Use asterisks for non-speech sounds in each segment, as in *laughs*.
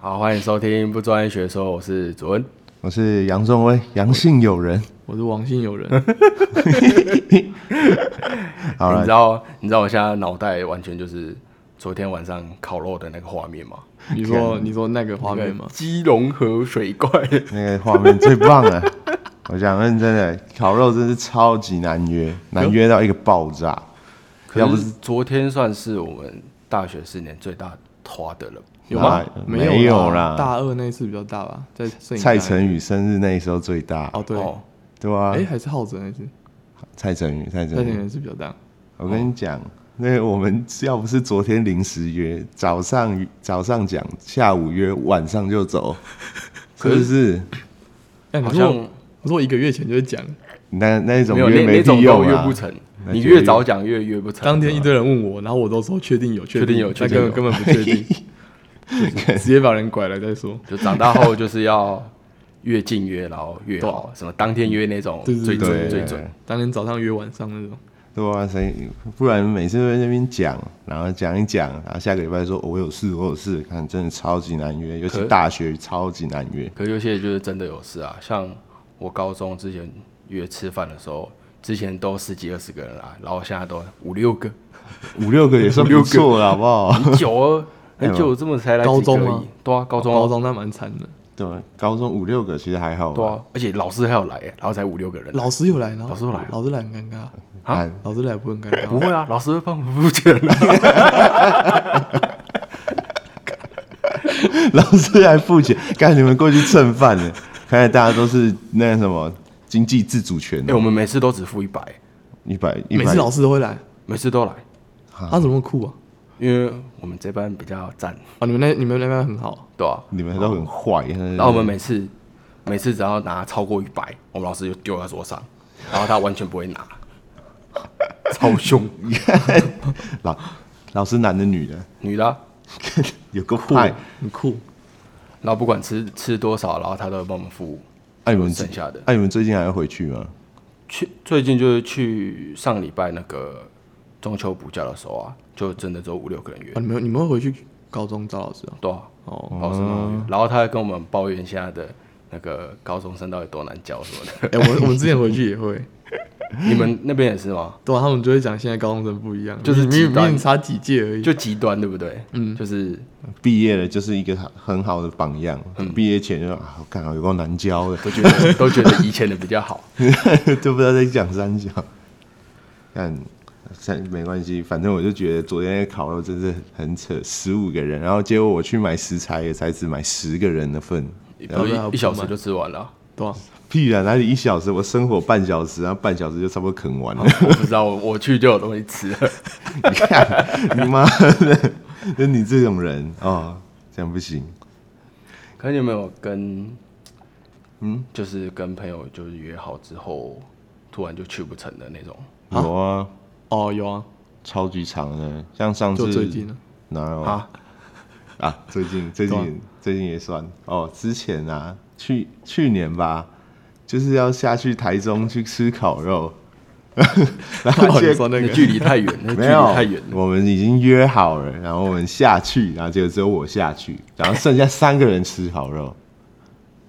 好，欢迎收听不专业学说，我是左恩。我是杨仲威，阳性友 *laughs* 人。我是王姓友人，好你了知，道你知道我现在脑袋完全就是昨天晚上烤肉的那个画面吗？ *laughs* 你说你说那个画那个面吗？基隆河水 *laughs* 怪，那个画面最棒了。 *laughs* 我讲认真的，烤肉真是超级难约，难约到一个爆炸。可要不是昨天算是我们大学四年最大花的了。有吗啊哪？有没有啦大二那一次比较大吧，在摄影蔡家成宇生日那时候最大，哦对，哦对啊哎，还是浩哲那次，蔡成宇，嗯蔡蔡成成宇宇，那次比较大，我跟你讲，那个我们要不是昨天临时约，早上早上讲，下午约，晚上就 *laughs* 走，是不是？哎，你好说像我我说我一个月前就讲，那那种没有约那那没种屁都用约啊不。成，那你就越约早讲越约不成。当天一堆人问我，然后我都说确定有，确定有确但定根有本根本不确定， *laughs* 就是直接把人拐来再说。就长大后就是要越近约，然后越好，什么当天约那种对对最准对最准。当天早上约晚上那种，对啊，谁不然每次都在那边讲，然后讲一讲，然后下个礼拜说、哦我有事，我有事，看真的超级难约，尤可其大学超级难约。可是有些人就是真的有事啊，像我高中之前约吃饭的时候，之前都十几二十个人来，然后现在都五六个， *laughs* 五六个也算不错了，好不好？很久 *laughs* 哦，很久这么才来哎高几个中而吗哦已。对啊，高中啊高中那蛮惨的，对，高中五六个其实还好对吧。啊，而且老师还要来，然后才五六个人。啊老师又来，然后老师又来老师来很尴尬，啊啊，老师来不很尴不尬，会啊，老师会帮我付钱啊。 *laughs* 老师还付钱，看你们过去蹭饭呢。 *laughs* 看来大家都是那什么经济自主权哦哎，我们每次都只付一百，一百一每百次，老师都会来，每次都来，他怎么那么酷啊？因为我们这班比较赞，啊，你们那你们那边很好，对啊。你们都很坏。然后我们每次每次只要拿超过一百，我们老师就丢在桌上，然后他完全不会拿， *laughs* 超凶， *laughs* 老老师男的女的，女的啊、有个坏。很酷。然后不管吃吃多少，然后他都会帮我们付。哎、你们剩下的哎、你们最近还要回去吗？去最近就是去上礼拜那个中秋补假的时候啊，就真的只有五六个人约啊，，你们你们会回去高中找老师啊？对、啊，哦，老师们约，然后他还跟我们抱怨现在的那个高中生到底多难教什么的。哎、我们我们之前回去也会，你们那边也是吗？对啊，他们就会讲现在高中生不一样，就是明明极端明明差几届而已，就极端，对不对？嗯，就是毕业了就是一个很好的榜样。嗯毕业前就啊，我看好有够难教 *laughs* 的，都觉得 *laughs* 都觉得以前的比较好。都不知道在讲三角。但但没关系，反正我就觉得昨天烤肉真是很扯，十五个人，然后结果我去买食材也才只买十个人的份，然后对啊一一小不时慢就吃完了，对啊，屁啦，哪里一小时，我生火半小时，然后半小时就差不多啃完了。哦我不知道，我我去就有东西吃了。你看， *laughs* 你妈的，就你这种人啊、哦，这样不行。可是你有没有跟，嗯，就是跟朋友就是约好之后，突然就去不成的那种？有啊，哦有啊，超级长的，像上次就 *laughs* 最近啊，哪有啊啊？最近最近、对啊最近也算哦。之前啊，去去年吧，就是要下去台中去吃烤肉， *laughs* 然后哦结 *laughs* 果、你说那那个距离太远，那距没离有太远了。我们已经约好了，然后我们下去，然后结果只有我下去，然后剩下三个人吃烤肉，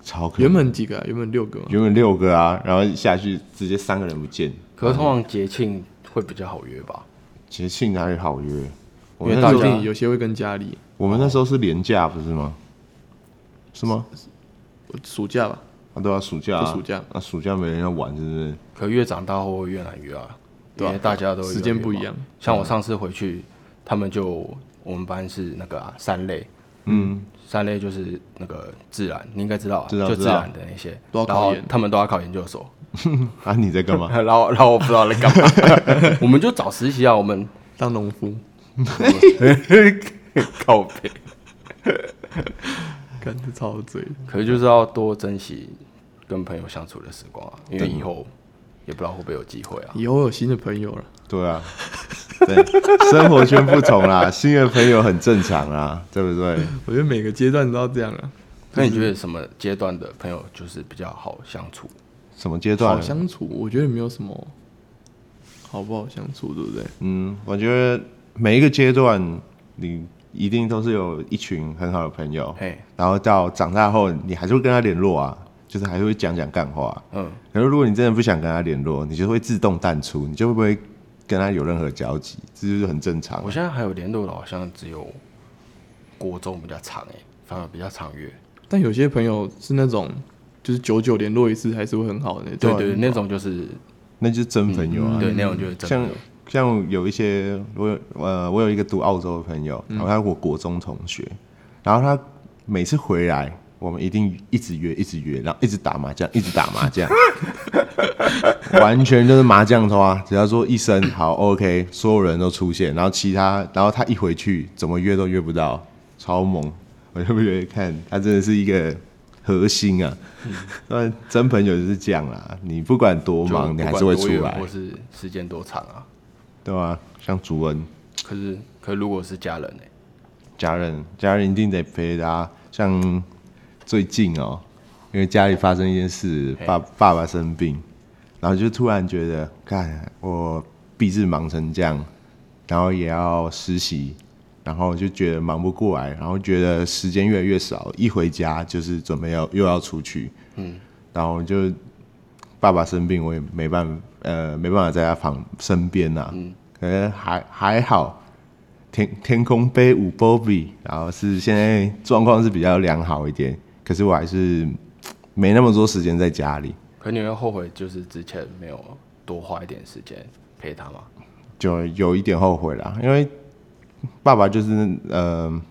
超可怜原本几个、啊，原本六个嘛，原本六个啊，然后下去直接三个人不见。可是通常节庆会比较好约吧？节庆哪里好约？我因为们那大最时候家近有些会跟家里，我们那时候是连假不是吗？是吗？暑假吧，啊，对啊，暑假、啊，就暑假啊，暑假没人要玩，是不是？可越长大后会越难约啊，对啊因为大家都时间不一样越来越忙。像我上次回去，他们就我们班是那个、啊、三类，嗯，三类就是那个自然，你应该知道啊，知道就知自道然的那些，都要然考后研他们都要考研究所。啊，你在干嘛？ *laughs* 然后，然后我不知道在干嘛， *laughs* 我们就找实习啊，我们当农夫， *laughs* 靠背，感觉超有嘴的。可是就是要多珍惜跟朋友相处的时光啊，因为以后也不知道会不会有机会啊。以后有新的朋友了，对啊，对，生活圈不同 *laughs* 啦，新的朋友很正常啦，对不对？我觉得每个阶段都要这样啊，那你觉得什么阶段的朋友就是比较好相处？什么阶好段？相处，我觉得没有什么好不好相处，对不对？嗯，我觉得每一个阶段，你一定都是有一群很好的朋友嘿，然后到长大后，你还是会跟他联络啊，就是还是会讲讲干话。嗯，可是如果你真的不想跟他联络，你就会自动淡出，你就不会跟他有任何交集，这就是很正常啊我。现在还有联络的，好像只有国中比较长哎、反而比较长约。但有些朋友是那种，就是久久联络一次还是会很好的那对种。对对，那种就是嗯那就是真朋友啊。对那种就是真像的。像有一些我有呃，我有一个读澳洲的朋嗯友，然后他是我国中同学，然后他每次回来，我们一定一直约，一直约，然后一直打麻将，一直打 *laughs* 麻将，完全就是麻将的话，只要说一声好 OK，所有人都出现，然后其他，然后他一回去怎么约都约不到，超猛！我就不觉得看他真的是一个核心啊，嗯 *laughs* 那真朋友就是这样啦，你不管多就忙，不你还管是会多出远来或，是时间多长啊。对吧、像竹恩。可是可如果是家人欸呢、家人，家人一定得陪他、像最近哦，因为家里发生一件事，嘿爸爸爸生病，然后就突然觉得，看我毕志忙成这样，然后也要实习，然后就觉得忙不过来，然后觉得时间越来越少，一回家就是准备要又要出去，嗯，然后就爸爸生病，我也没办法，呃，没办法在他旁身边呐、嗯，可能还还好，天天空杯五 Bobby，然后是现在状况是比较良好一点，可是我还是嘖没那么多时间在家里，可你会后悔就是之前没有多花一点时间陪他吗？就有一点后悔啦，因为爸爸就是呃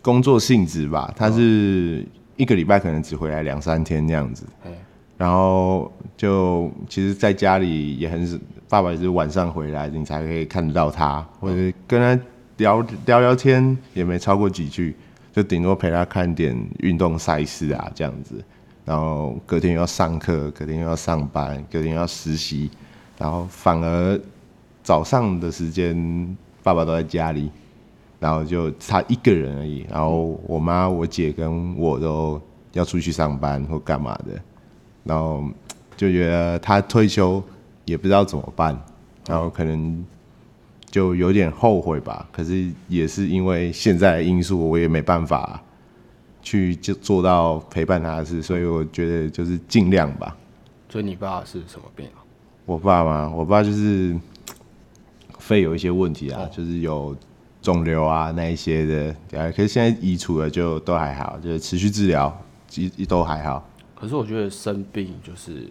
工作性质吧，他是一个礼拜可能只回来两三天那样子，嗯然后就其实在家里也很，爸爸也是晚上回来你才可以看得到他，或者是跟他聊聊聊天也没超过几句，就顶多陪他看点运动赛事啊这样子，然后隔天又要上课，隔天又要上班，隔天又要实习，然后反而早上的时间爸爸都在家里，然后就他一个人而已，然后我妈、我姐跟我都要出去上班或干嘛的，然后就觉得他退休也不知道怎么办，然后可能就有点后悔吧。可是也是因为现在的因素，我也没办法去就做到陪伴他的事，所以我觉得就是尽量吧。所以你爸是什么病啊？我爸嘛，我爸就是肺有一些问题啊，就是有肿瘤啊那一些的，对啊，可是现在移除了就都还好，就是持续治疗，一都还好。可是我觉得生病就是，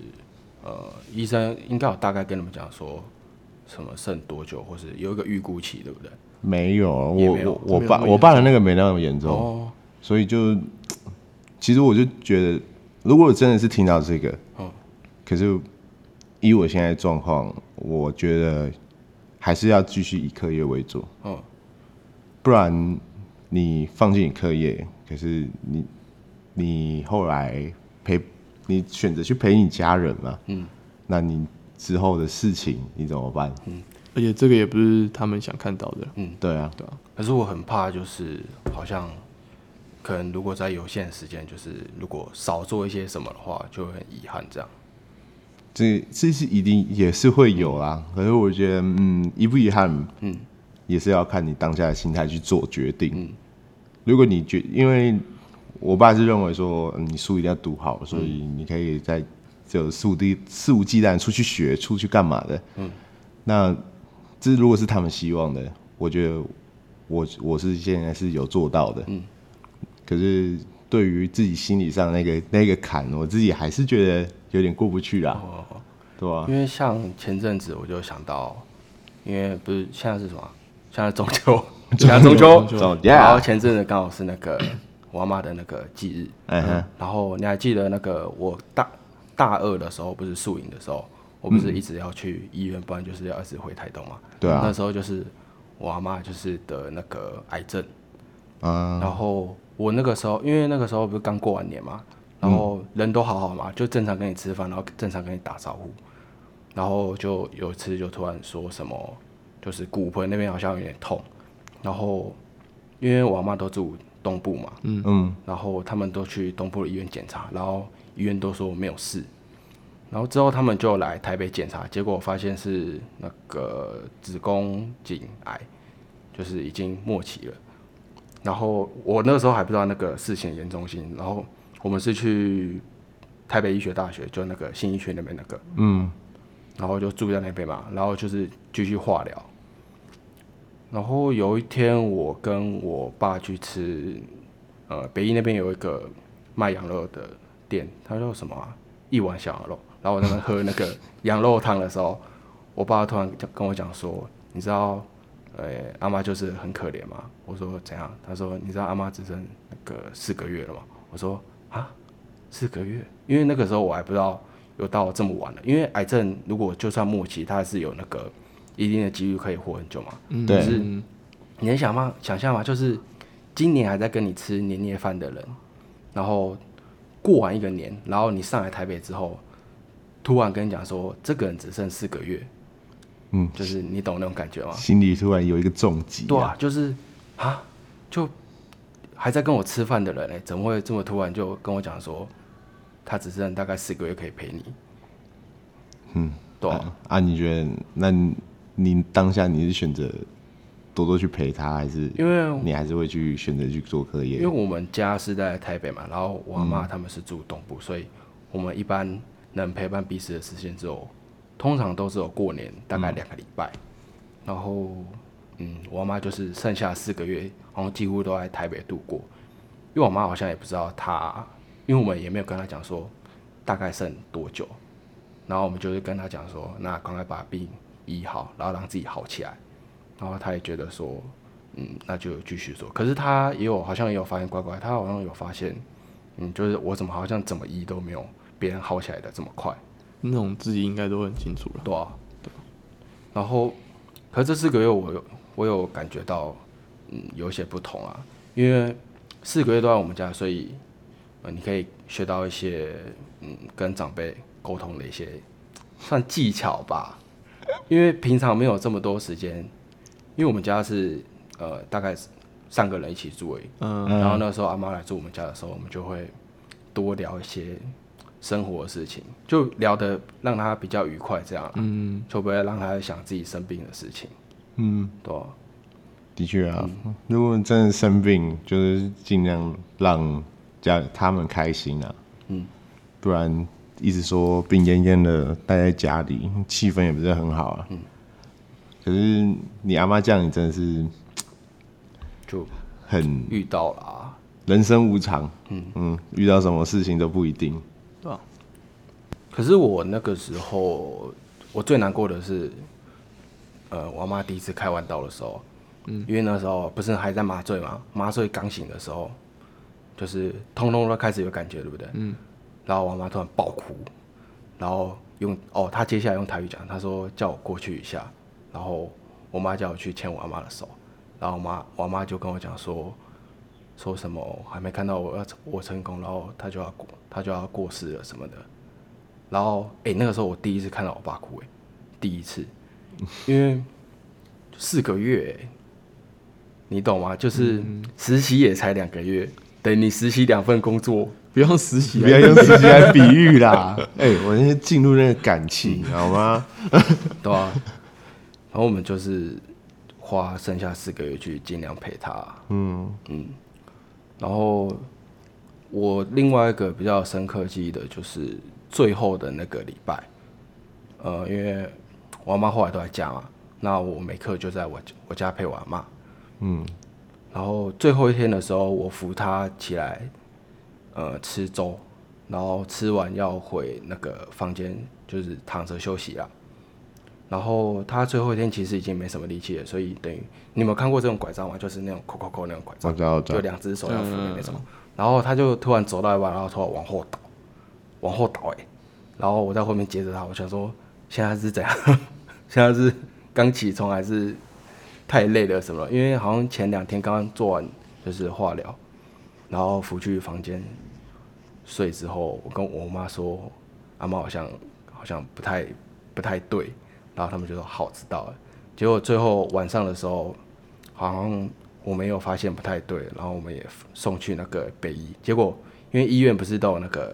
呃，医生应该有大概跟你们讲说，什么剩多久，或是有一个预估期，对不对？没有，也我没有我我没有爸那么严重我爸的那个没那么严重，哦，所以就其实我就觉得，如果真的是听到这个，哦可是以我现在的状况，我觉得还是要继续以课业为主，哦，不然你放弃你课业，可是你你后来陪你选择去陪你家人嘛，嗯，那你之后的事情你怎么办？而且这个也不是他们想看到的。嗯对啊，可是我很怕，就是好像可能如果在有限的时间，就是如果少做一些什么的话，就会很遗憾这样。这这是一定也是会有啦，可是我觉得，嗯，遗不遗憾，嗯，也是要看你当下的心态去做决定。如果你觉，因为我爸是认为说，嗯你书一定要读好，所以你可以在就肆无忌肆无忌惮出去学，出去干嘛的。嗯，那这如果是他们希望的，我觉得我我是现在是有做到的。嗯，可是对于自己心理上那个那个坎，我自己还是觉得有点过不去啦。对吧、因为像前阵子我就想到，因为不是现在是什么啊？现在中秋，现 *laughs* 在中秋，中秋然后前阵子刚好是那个 *coughs* 我妈的那个忌日，嗯哼，然后你还记得那个我大大二的时候，不是宿营的时候，我不是一直要去医院，不然就是要一直回台东嘛。对啊那时候就是我阿妈就是得那个癌症，嗯，然后我那个时候，因为那个时候不是刚过完年嘛，然后人都好好嘛，就正常跟你吃饭，然后正常跟你打招呼，然后就有一次就突然说什么，就是骨盆那边好像有点痛，然后因为我阿妈都住东部嘛，嗯嗯，然后他们都去东部的医院检查，然后医院都说没有事，然后之后他们就来台北检查，结果发现是那个子宫颈癌，就是已经末期了。然后我那个时候还不知道那个事情的严重性，然后我们是去台北医学大学，就那个新医学那边那个，嗯，然后就住在那边嘛，然后就是继续化疗。然后有一天，我跟我爸去吃，呃，北医那边有一个卖羊肉的店，它叫什么、啊？一碗小羊肉。然后我在那边喝那个羊肉汤的时候，我爸突然跟我讲说：“你知道，呃，阿妈就是很可怜嘛。”我说：“怎样？”他说：“你知道阿妈只剩那个四个月了吗？”我说：“啊，四个月？因为那个时候我还不知道有到这么晚了。因为癌症如果就算末期，它还是有那个一定的几率可以活很久嘛。嗯对就是你能想吗？想象吗？就是今年还在跟你吃年夜饭的人，然后过完一个年，然后你上来台北之后，突然跟你讲说，这个人只剩四个月，嗯，就是你懂那种感觉吗？心里突然有一个重啊击、对啊，就是啊，就还在跟我吃饭的人呢、哎怎么会这么突然就跟我讲说，他只剩大概四个月可以陪你？嗯，对啊、啊啊，你觉得那你你当下你是选择多多去陪他，还是因为你还是会去选择去做课因业为？我们家是在台北嘛，然后我阿妈他们是住东部，所以我们一般能陪伴彼此的时间只有，通常都是有过年大概两个礼拜，然后嗯，我阿妈就是剩下四个月，然后几乎都在台北度过，因为我妈好像也不知道她，因为我们也没有跟她讲说大概剩多久，然后我们就是跟她讲说，那赶快把病医好，然后让自己好起来，然后她也觉得说嗯，那就继续做。可是他也有好像也有发现乖乖，他好像有发现，嗯，就是我怎么好像怎么医都没有别人好起来的这么快，那种自己应该都很清楚了。对啊，然后，可是这四个月我有我有感觉到，嗯，有一些不同啊，因为四个月都在我们家，所以，呃，你可以学到一些，嗯，跟长辈沟通的一些算技巧吧，因为平常没有这么多时间，因为我们家是呃大概是三个人一起住而已，嗯，然后那时候阿妈来住我们家的时候，我们就会多聊一些生活的事情，就聊得让她比较愉快，这样，嗯，就不会让她想自己生病的事情，嗯，对啊吧、的确啊，如果真的生病，就是尽量让家他们开心啊，嗯，不然一直说病恹恹的待在家里，气氛也不是很好啊。嗯，可是你阿妈这样，你真的是就很遇到了啊，人生无常，嗯遇到什么事情都不一定。对吧？可是我那个时候，我最难过的是，呃，我妈第一次开完刀的时候，嗯，因为那时候不是还在麻醉嘛，麻醉刚醒的时候，就是通通都开始有感觉，对不对？嗯。然后我妈突然爆哭，然后用哦，她接下来用台语讲，她说叫我过去一下，然后我妈叫我去牵我阿妈的手，然后我妈我妈就跟我讲说，说什么还没看到我要我成功，然后她就要过她就要过世了什么的，然后哎、欸那个时候我第一次看到我爸哭、欸，第一次，因为四个月、欸，你懂吗？就是实习也才两个月，等于你实习两份工作，不用实习不啊，要用时间来比喻啦， *laughs* 嗯哎、我那天进入那个感情，好吗？对吧、然后我们就是花剩下四个月去尽量陪他，嗯，然后我另外一个比较深刻记忆的就是最后的那个礼拜，呃，因为我阿妈后来都在家嘛，那我没课就在我我家陪我阿妈，嗯，然后最后一天的时候，我扶她起来，呃，吃粥，然后吃完要回那个房间，就是躺着休息啦。然后她最后一天其实已经没什么力气了，所以等于你有没有看过这种拐杖吗？就是那种扣扣扣那种拐杖。我知道，我知就道，两只手要扶的那种。然后他就突然走到一半，然后突然往后倒，欸往后倒哎、然后我在后面接着他，我想说现在是怎样？ *laughs* 现在是刚起床还是太累了什么了？因为好像前两天刚刚做完就是化疗，然后扶去房间睡之后，我跟我妈说，阿妈好像好像不太不太对，然后他们就说好知道了。结果最后晚上的时候，好像我们有发现不太对，然后我们也送去那个北医，结果因为医院不是都有那个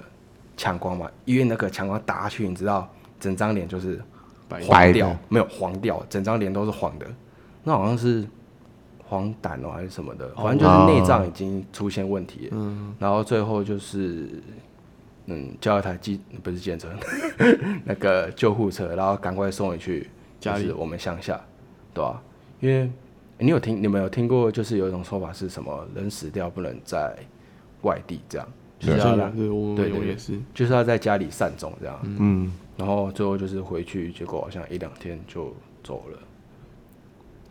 强光嘛，医院那个强光打下去，你知道，整张脸就是白黄白掉的，没有黄掉，整张脸都是黄的，那好像是黄疸哦还是什么的，反正就是内脏已经出现问题了。嗯，然后最后就是嗯叫一台计不是计程车， *laughs* 那个救护车，然后赶快送回去家里就是我们乡下，对吧、因为、你有听你们有听过，就是有一种说法是什么人死掉不能在外地这样，就是要让啊对，我对对们有对也是，就是要在家里善终这样。嗯，然后最后就是回去，结果好像一两天就走了，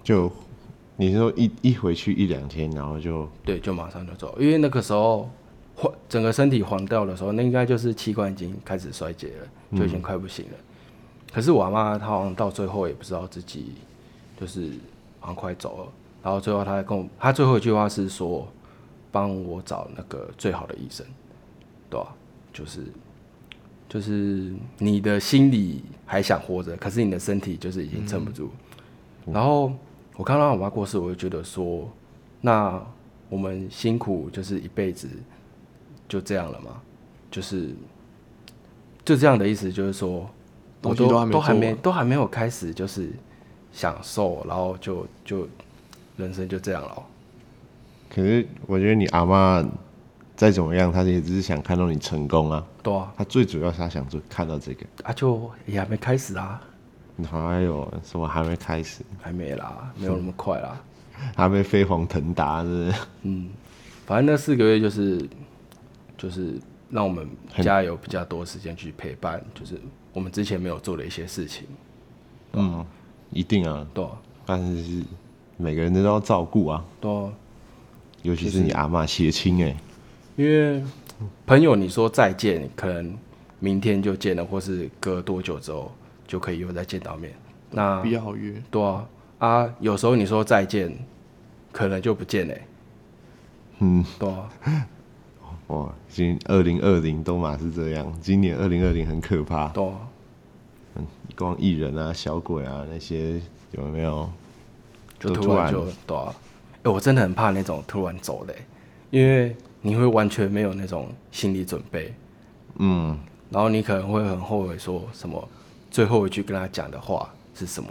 就你是说一一回去一两天，然后就对，就马上就走，因为那个时候换整个身体黄掉的时候，那应该就是器官已经开始衰竭了，就已经快不行了。可是我阿妈她好像到最后也不知道自己就是好像快走了，然后最后她跟我，她最后一句话是说帮我找那个最好的医生，对吧、就是就是你的心里还想活着，可是你的身体就是已经撑不住。然后我看到我妈过世，我就觉得说，那我们辛苦就是一辈子就这样了嘛，就是就这样的意思，就是说，我东西都都还还没做没完都还没有开始就是享受，然后就就人生就这样了哦。可是我觉得你阿妈再怎么样，她也只是想看到你成功啊。对啊，她最主要是她想做看到这个。啊就也还没开始啊，哪有什么还没开始，还没啦，没有那么快啦。还没飞黄腾达，是不是？反正那四个月就是就是让我们家有比较多时间去陪伴，就是我们之前没有做的一些事情，嗯，一定啊，对啊但是每个人都要照顾啊，对啊尤其是你阿嬷血亲哎、因为朋友你说再见，可能明天就见了，或是隔多久之后就可以又再见到面。那比较好约。对啊啊，有时候你说再见，可能就不见嘞、嗯，对啊，哇，今二零二零都嘛是这样，今年二零二零很可怕，对啊，光艺人啊、小鬼啊那些有没有？就都突然突就然对啊。哎、我真的很怕那种突然走的欸、因为你会完全没有那种心理准备。嗯，然后你可能会很后悔，说什么最后一句跟他讲的话是什么，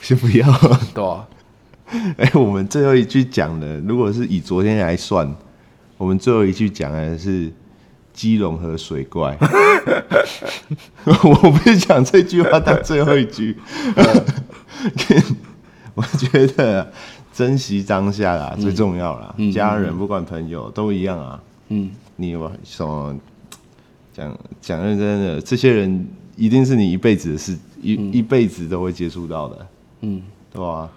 先不要。对啊， *laughs* 哎、我们最后一句讲的，如果是以昨天来算，我们最后一句讲的是基隆河水怪。 *laughs* 我不是讲这句话当最后一句， *laughs* 我觉得啊珍惜当下啦，最重要啦。家人不管朋友都一样啊。嗯，你有什么讲讲认真的？这些人一定是你一辈子的事，一、一辈子都会接触到的，嗯，对啊吧？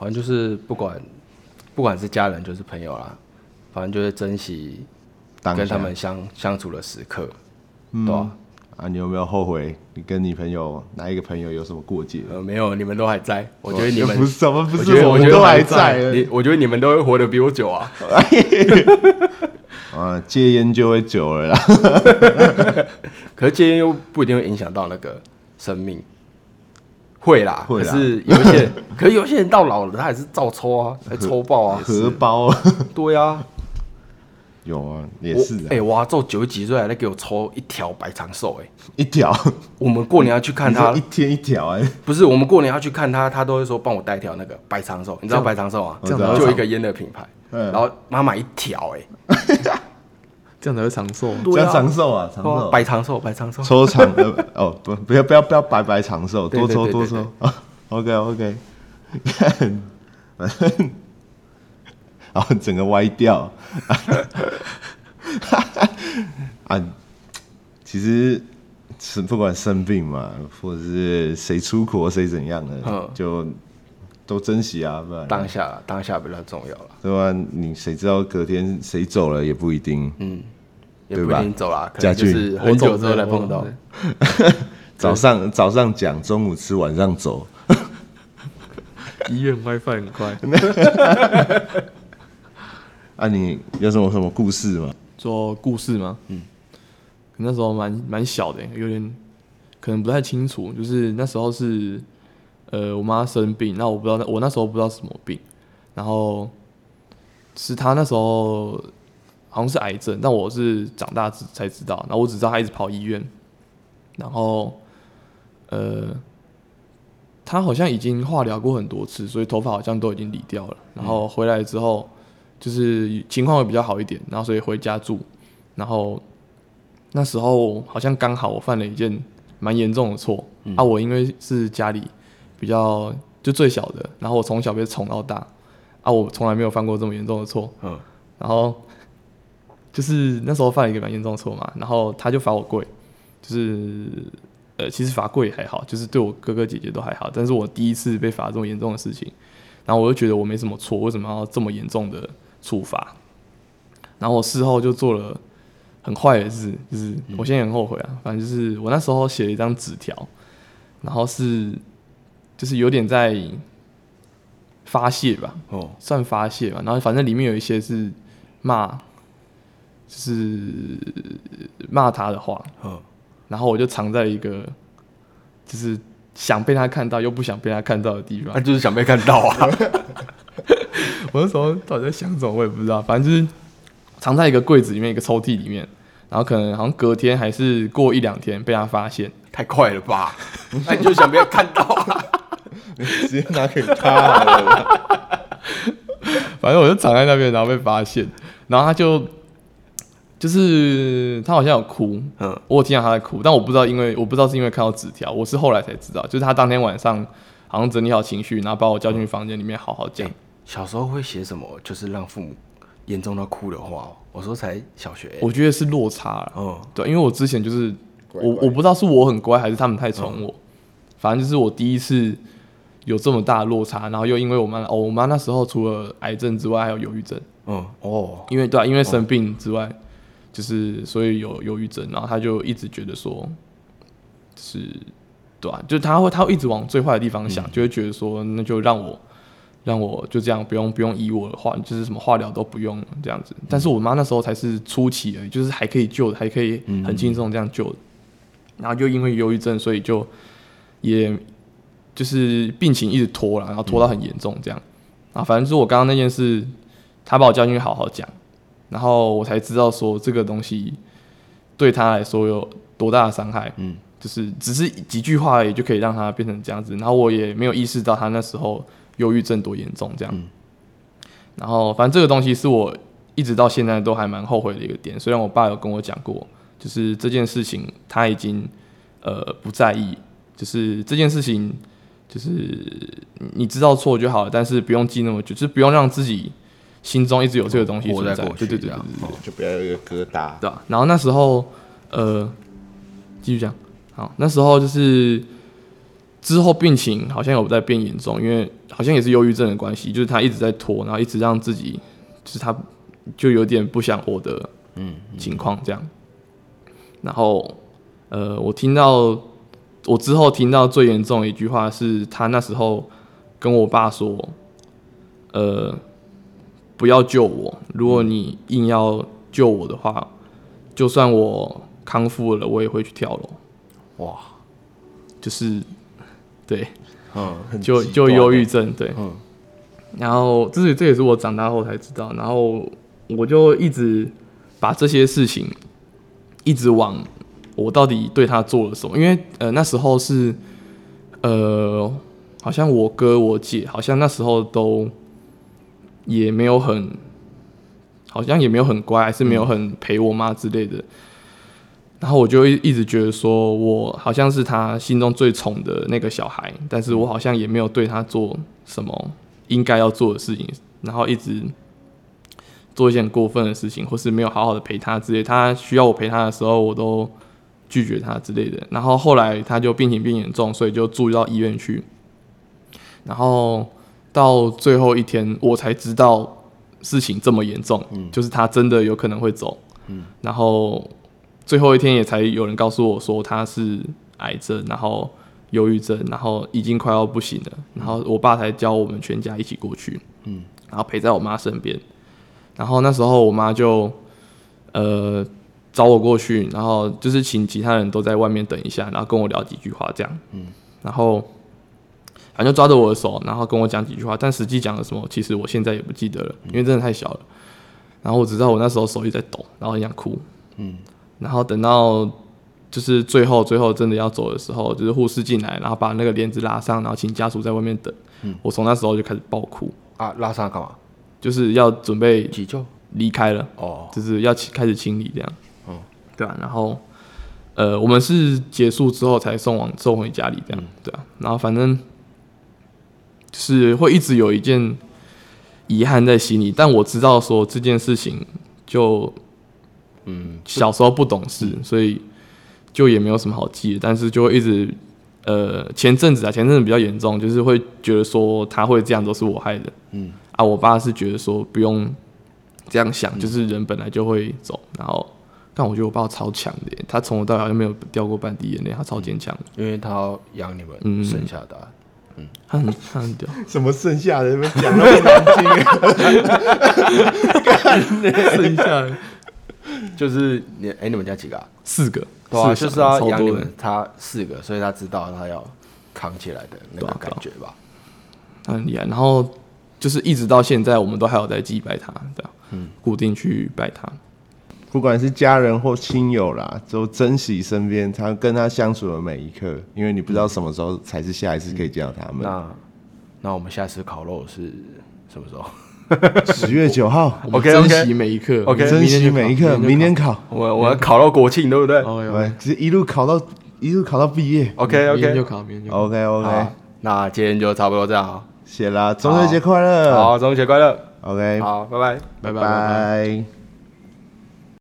反正就是不管不管是家人就是朋友啦，反正就是珍惜当下跟他们相相处的时刻，对啊，啊，你有没有后悔你跟你朋友哪一个朋友有什么过节？哦呃，没有，你们都还在，我觉得你们不是什么，不我是觉得我我们觉得都我还在，在你我觉得你们都会活得比我久啊，啊，戒烟就会久了啦。可是戒烟又不一定会影响到那个生命。会啦，会啦可是有一些 *laughs* 人，可是有些人到老了，他还是照抽啊，还抽爆啊，荷包对啊， *laughs* 有啊，也我是啊哎、我阿昼九十几岁还在给我抽一条白长寿，哎，一条，我们过年要去看你说他一，天一条哎，不是我们过年要去看他，他都会说帮我带一条那个白长寿，你知道白长寿啊？我知道就一个烟的品牌，嗯然后妈买一条，哎，这样才会长寿。这对啊样长寿啊，长寿。白长寿，白长寿，抽长呃 *laughs* 哦不不要不要不要白白长寿，对多抽对对对多抽。OK *laughs* OK，看，反正然后哦整个歪掉。 *laughs* 啊，其实是不管生病嘛，或者是谁出国谁怎样的，嗯就都珍惜啊，不然当下当下比较重要了，对吧？你谁知道隔天谁走了也不一定。嗯也对不一吧定走啦，可能家就俊是很久之后才碰我到懂，早上早上讲，中午吃，晚上走。医院 WiFi 很快，啊，你有什么什么故事吗？说故事吗？嗯，那时候蛮蛮小的，有点可能不太清楚。就是那时候是呃，我妈生病，那我不知道那我那时候不知道什么病，然后是她那时候好像是癌症，但我是长大之才知道，然后我只知道她一直跑医院，然后呃，他好像已经化疗过很多次，所以头发好像都已经理掉了。然后回来之后，就是情况会比较好一点，然后所以回家住。然后那时候好像刚好我犯了一件蛮严重的错、啊，我因为是家里比较就最小的，然后我从小被宠到大啊，我从来没有犯过这么严重的错。嗯，然后就是那时候犯了一个蛮严重的错嘛，然后他就罚我跪，就是呃，其实罚跪也还好，就是对我哥哥姐姐都还好，但是我第一次被罚这么严重的事情，然后我就觉得我没什么错，为什么要这么严重的处罚？然后我事后就做了很坏的事，就是我现在也很后悔啊，反正就是我那时候写了一张纸条，然后是就是有点在发泄吧，哦，算发泄吧，然后反正里面有一些是骂，就是骂他的话，嗯，然后我就藏在一个就是想被他看到又不想被他看到的地方那、。就是想被看到啊。我那时候到底在想什么，我也不知道，反正就是藏在一个柜子里面，一个抽屉里面，然后可能好像隔天还是过一两天被他发现，太快了吧？ *laughs* 那你就想被看到啊？直接拿给他好了啦。反正我就藏在那边，然后被发现，然后他就就是他好像有哭，嗯，我有听到他在哭，但我不知道，因为我不知道是因为看到纸条，我是后来才知道，就是他当天晚上好像整理好情绪，然后把我叫进去房间里面好好讲。 *laughs* 小时候会写什么？就是让父母严重到哭的话哦。我说才小学、欸，我觉得是落差了，哦，对，因为我之前就是乖我乖嗯我不知道是我很乖还是他们太宠我，反正就是我第一次有这么大的落差，然后又因为我妈哦，我妈那时候除了癌症之外还有忧郁症，嗯，哦，因为对、啊，因为生病之外，就是所以有忧郁症，然后他就一直觉得说，就是对啊，就是他会他会一直往最坏的地方想，就会觉得说，那就让我让我就这样不用不用医我的话，就是什么化疗都不用这样子。但是我妈那时候才是初期而已，就是还可以救的，还可以很轻松这样救的。然后就因为忧郁症，所以就也就是病情一直拖了，然后拖到很严重这样。啊，反正就是我刚刚那件事，他把我叫进去好好讲，然后我才知道说这个东西对他来说有多大的伤害。嗯，就是只是几句话也就可以让他变成这样子，然后我也没有意识到他那时候忧郁症多严重这样。然后反正这个东西是我一直到现在都还蛮后悔的一个点，虽然我爸有跟我讲过，就是这件事情他已经呃不在意，就是这件事情。就是你你知道错就好了，但是不用记那么久，就是不用让自己心中一直有这个东西活存在在。过去对对对这对样哦对就不要有一个疙瘩。对啊，然后那时候，呃，继续讲，好，那时候就是之后病情好像有在变严重，因为好像也是忧郁症的关系，就是他一直在拖，然后一直让自己，就是他就有点不想活的嗯情况这样。然后，呃，我听到我之后听到最严重的一句话是他那时候跟我爸说，呃，不要救我，如果你硬要救我的话，就算我康复了，我也会去跳楼。哇，就是，对，嗯，很就极就端忧欸郁症，对，嗯然后这是这也是我长大后才知道，然后我就一直把这些事情一直往我到底对他做了什么，因为呃那时候是呃好像我哥我姐好像那时候都也没有很好像也没有很乖，还是嗯没有很陪我妈之类的。然后我就一一直觉得说，我好像是他心中最宠的那个小孩，但是我好像也没有对他做什么应该要做的事情，然后一直做一些很过分的事情，或是没有好好的陪他之类。他需要我陪他的时候，我都拒绝他之类的。然后后来他就病情变严重，所以就住到医院去。然后到最后一天，我才知道事情这么严重，就是他真的有可能会走。然后最后一天也才有人告诉我说他是癌症，然后忧郁症，然后已经快要不行了，然后我爸才叫我们全家一起过去，嗯，然后陪在我妈身边，然后那时候我妈就呃找我过去，然后就是请其他人都在外面等一下，然后跟我聊几句话这样，嗯，然后。反正就抓着我的手，然后跟我讲几句话，但实际讲了什么，其实我现在也不记得了，因为真的太小了。然后我只知道我那时候手一直在抖，然后很想哭，然后等到就是最后最后真的要走的时候，就是护士进来，然后把那个帘子拉上，然后请家属在外面等。我从那时候就开始爆哭，啊，拉上干嘛？就是要准备急救？离开了，哦，就是要起开始清理这样。嗯，对啊，然后呃，我们是结束之后才送往送回家里这嗯样，对啊，然后反正就是会一直有一件遗憾在心里，但我知道说这件事情就嗯，小时候不懂事，所以就也没有什么好记的，但是就会一直。呃，前阵子啊，前阵子比较严重，就是会觉得说他会这样都是我害的，嗯，啊，我爸是觉得说不用这样想，就是人本来就会走，然后，但我觉得我爸超强的耶，他从头到尾好像没有掉过半滴眼泪，他超坚强的，因为他要养你们嗯剩下的啊，他很他很屌，什么剩下的？你们 *laughs* 讲那么难听，剩下就是你哎，你们家嗯几个啊？四个，对啊，四就个是要超养你多人们，他四个，所以他知道他要扛起来的那个感觉吧。他很厉害，然后就是一直到现在，我们都还有在祭拜他，对啊，嗯固定去拜他，不管是家人或亲友啦，都珍惜身边他跟他相处的每一刻，因为你不知道什么时候才是下一次可以见到他们。那那我们下次烤肉是什么时候？十月九号我 OK，们珍惜每一刻 OK 珍惜每一刻，明天考，我我要烤到国庆，对不对，OK 我们直接一路考到一路考到毕业。 ？OK 明天就 OK，考，明天就考。 OK OK，好，那今天就差不多这样啊。谢啦，中秋节快乐。好，中秋节快乐！ ，OK，好，拜拜。拜拜拜拜。拜。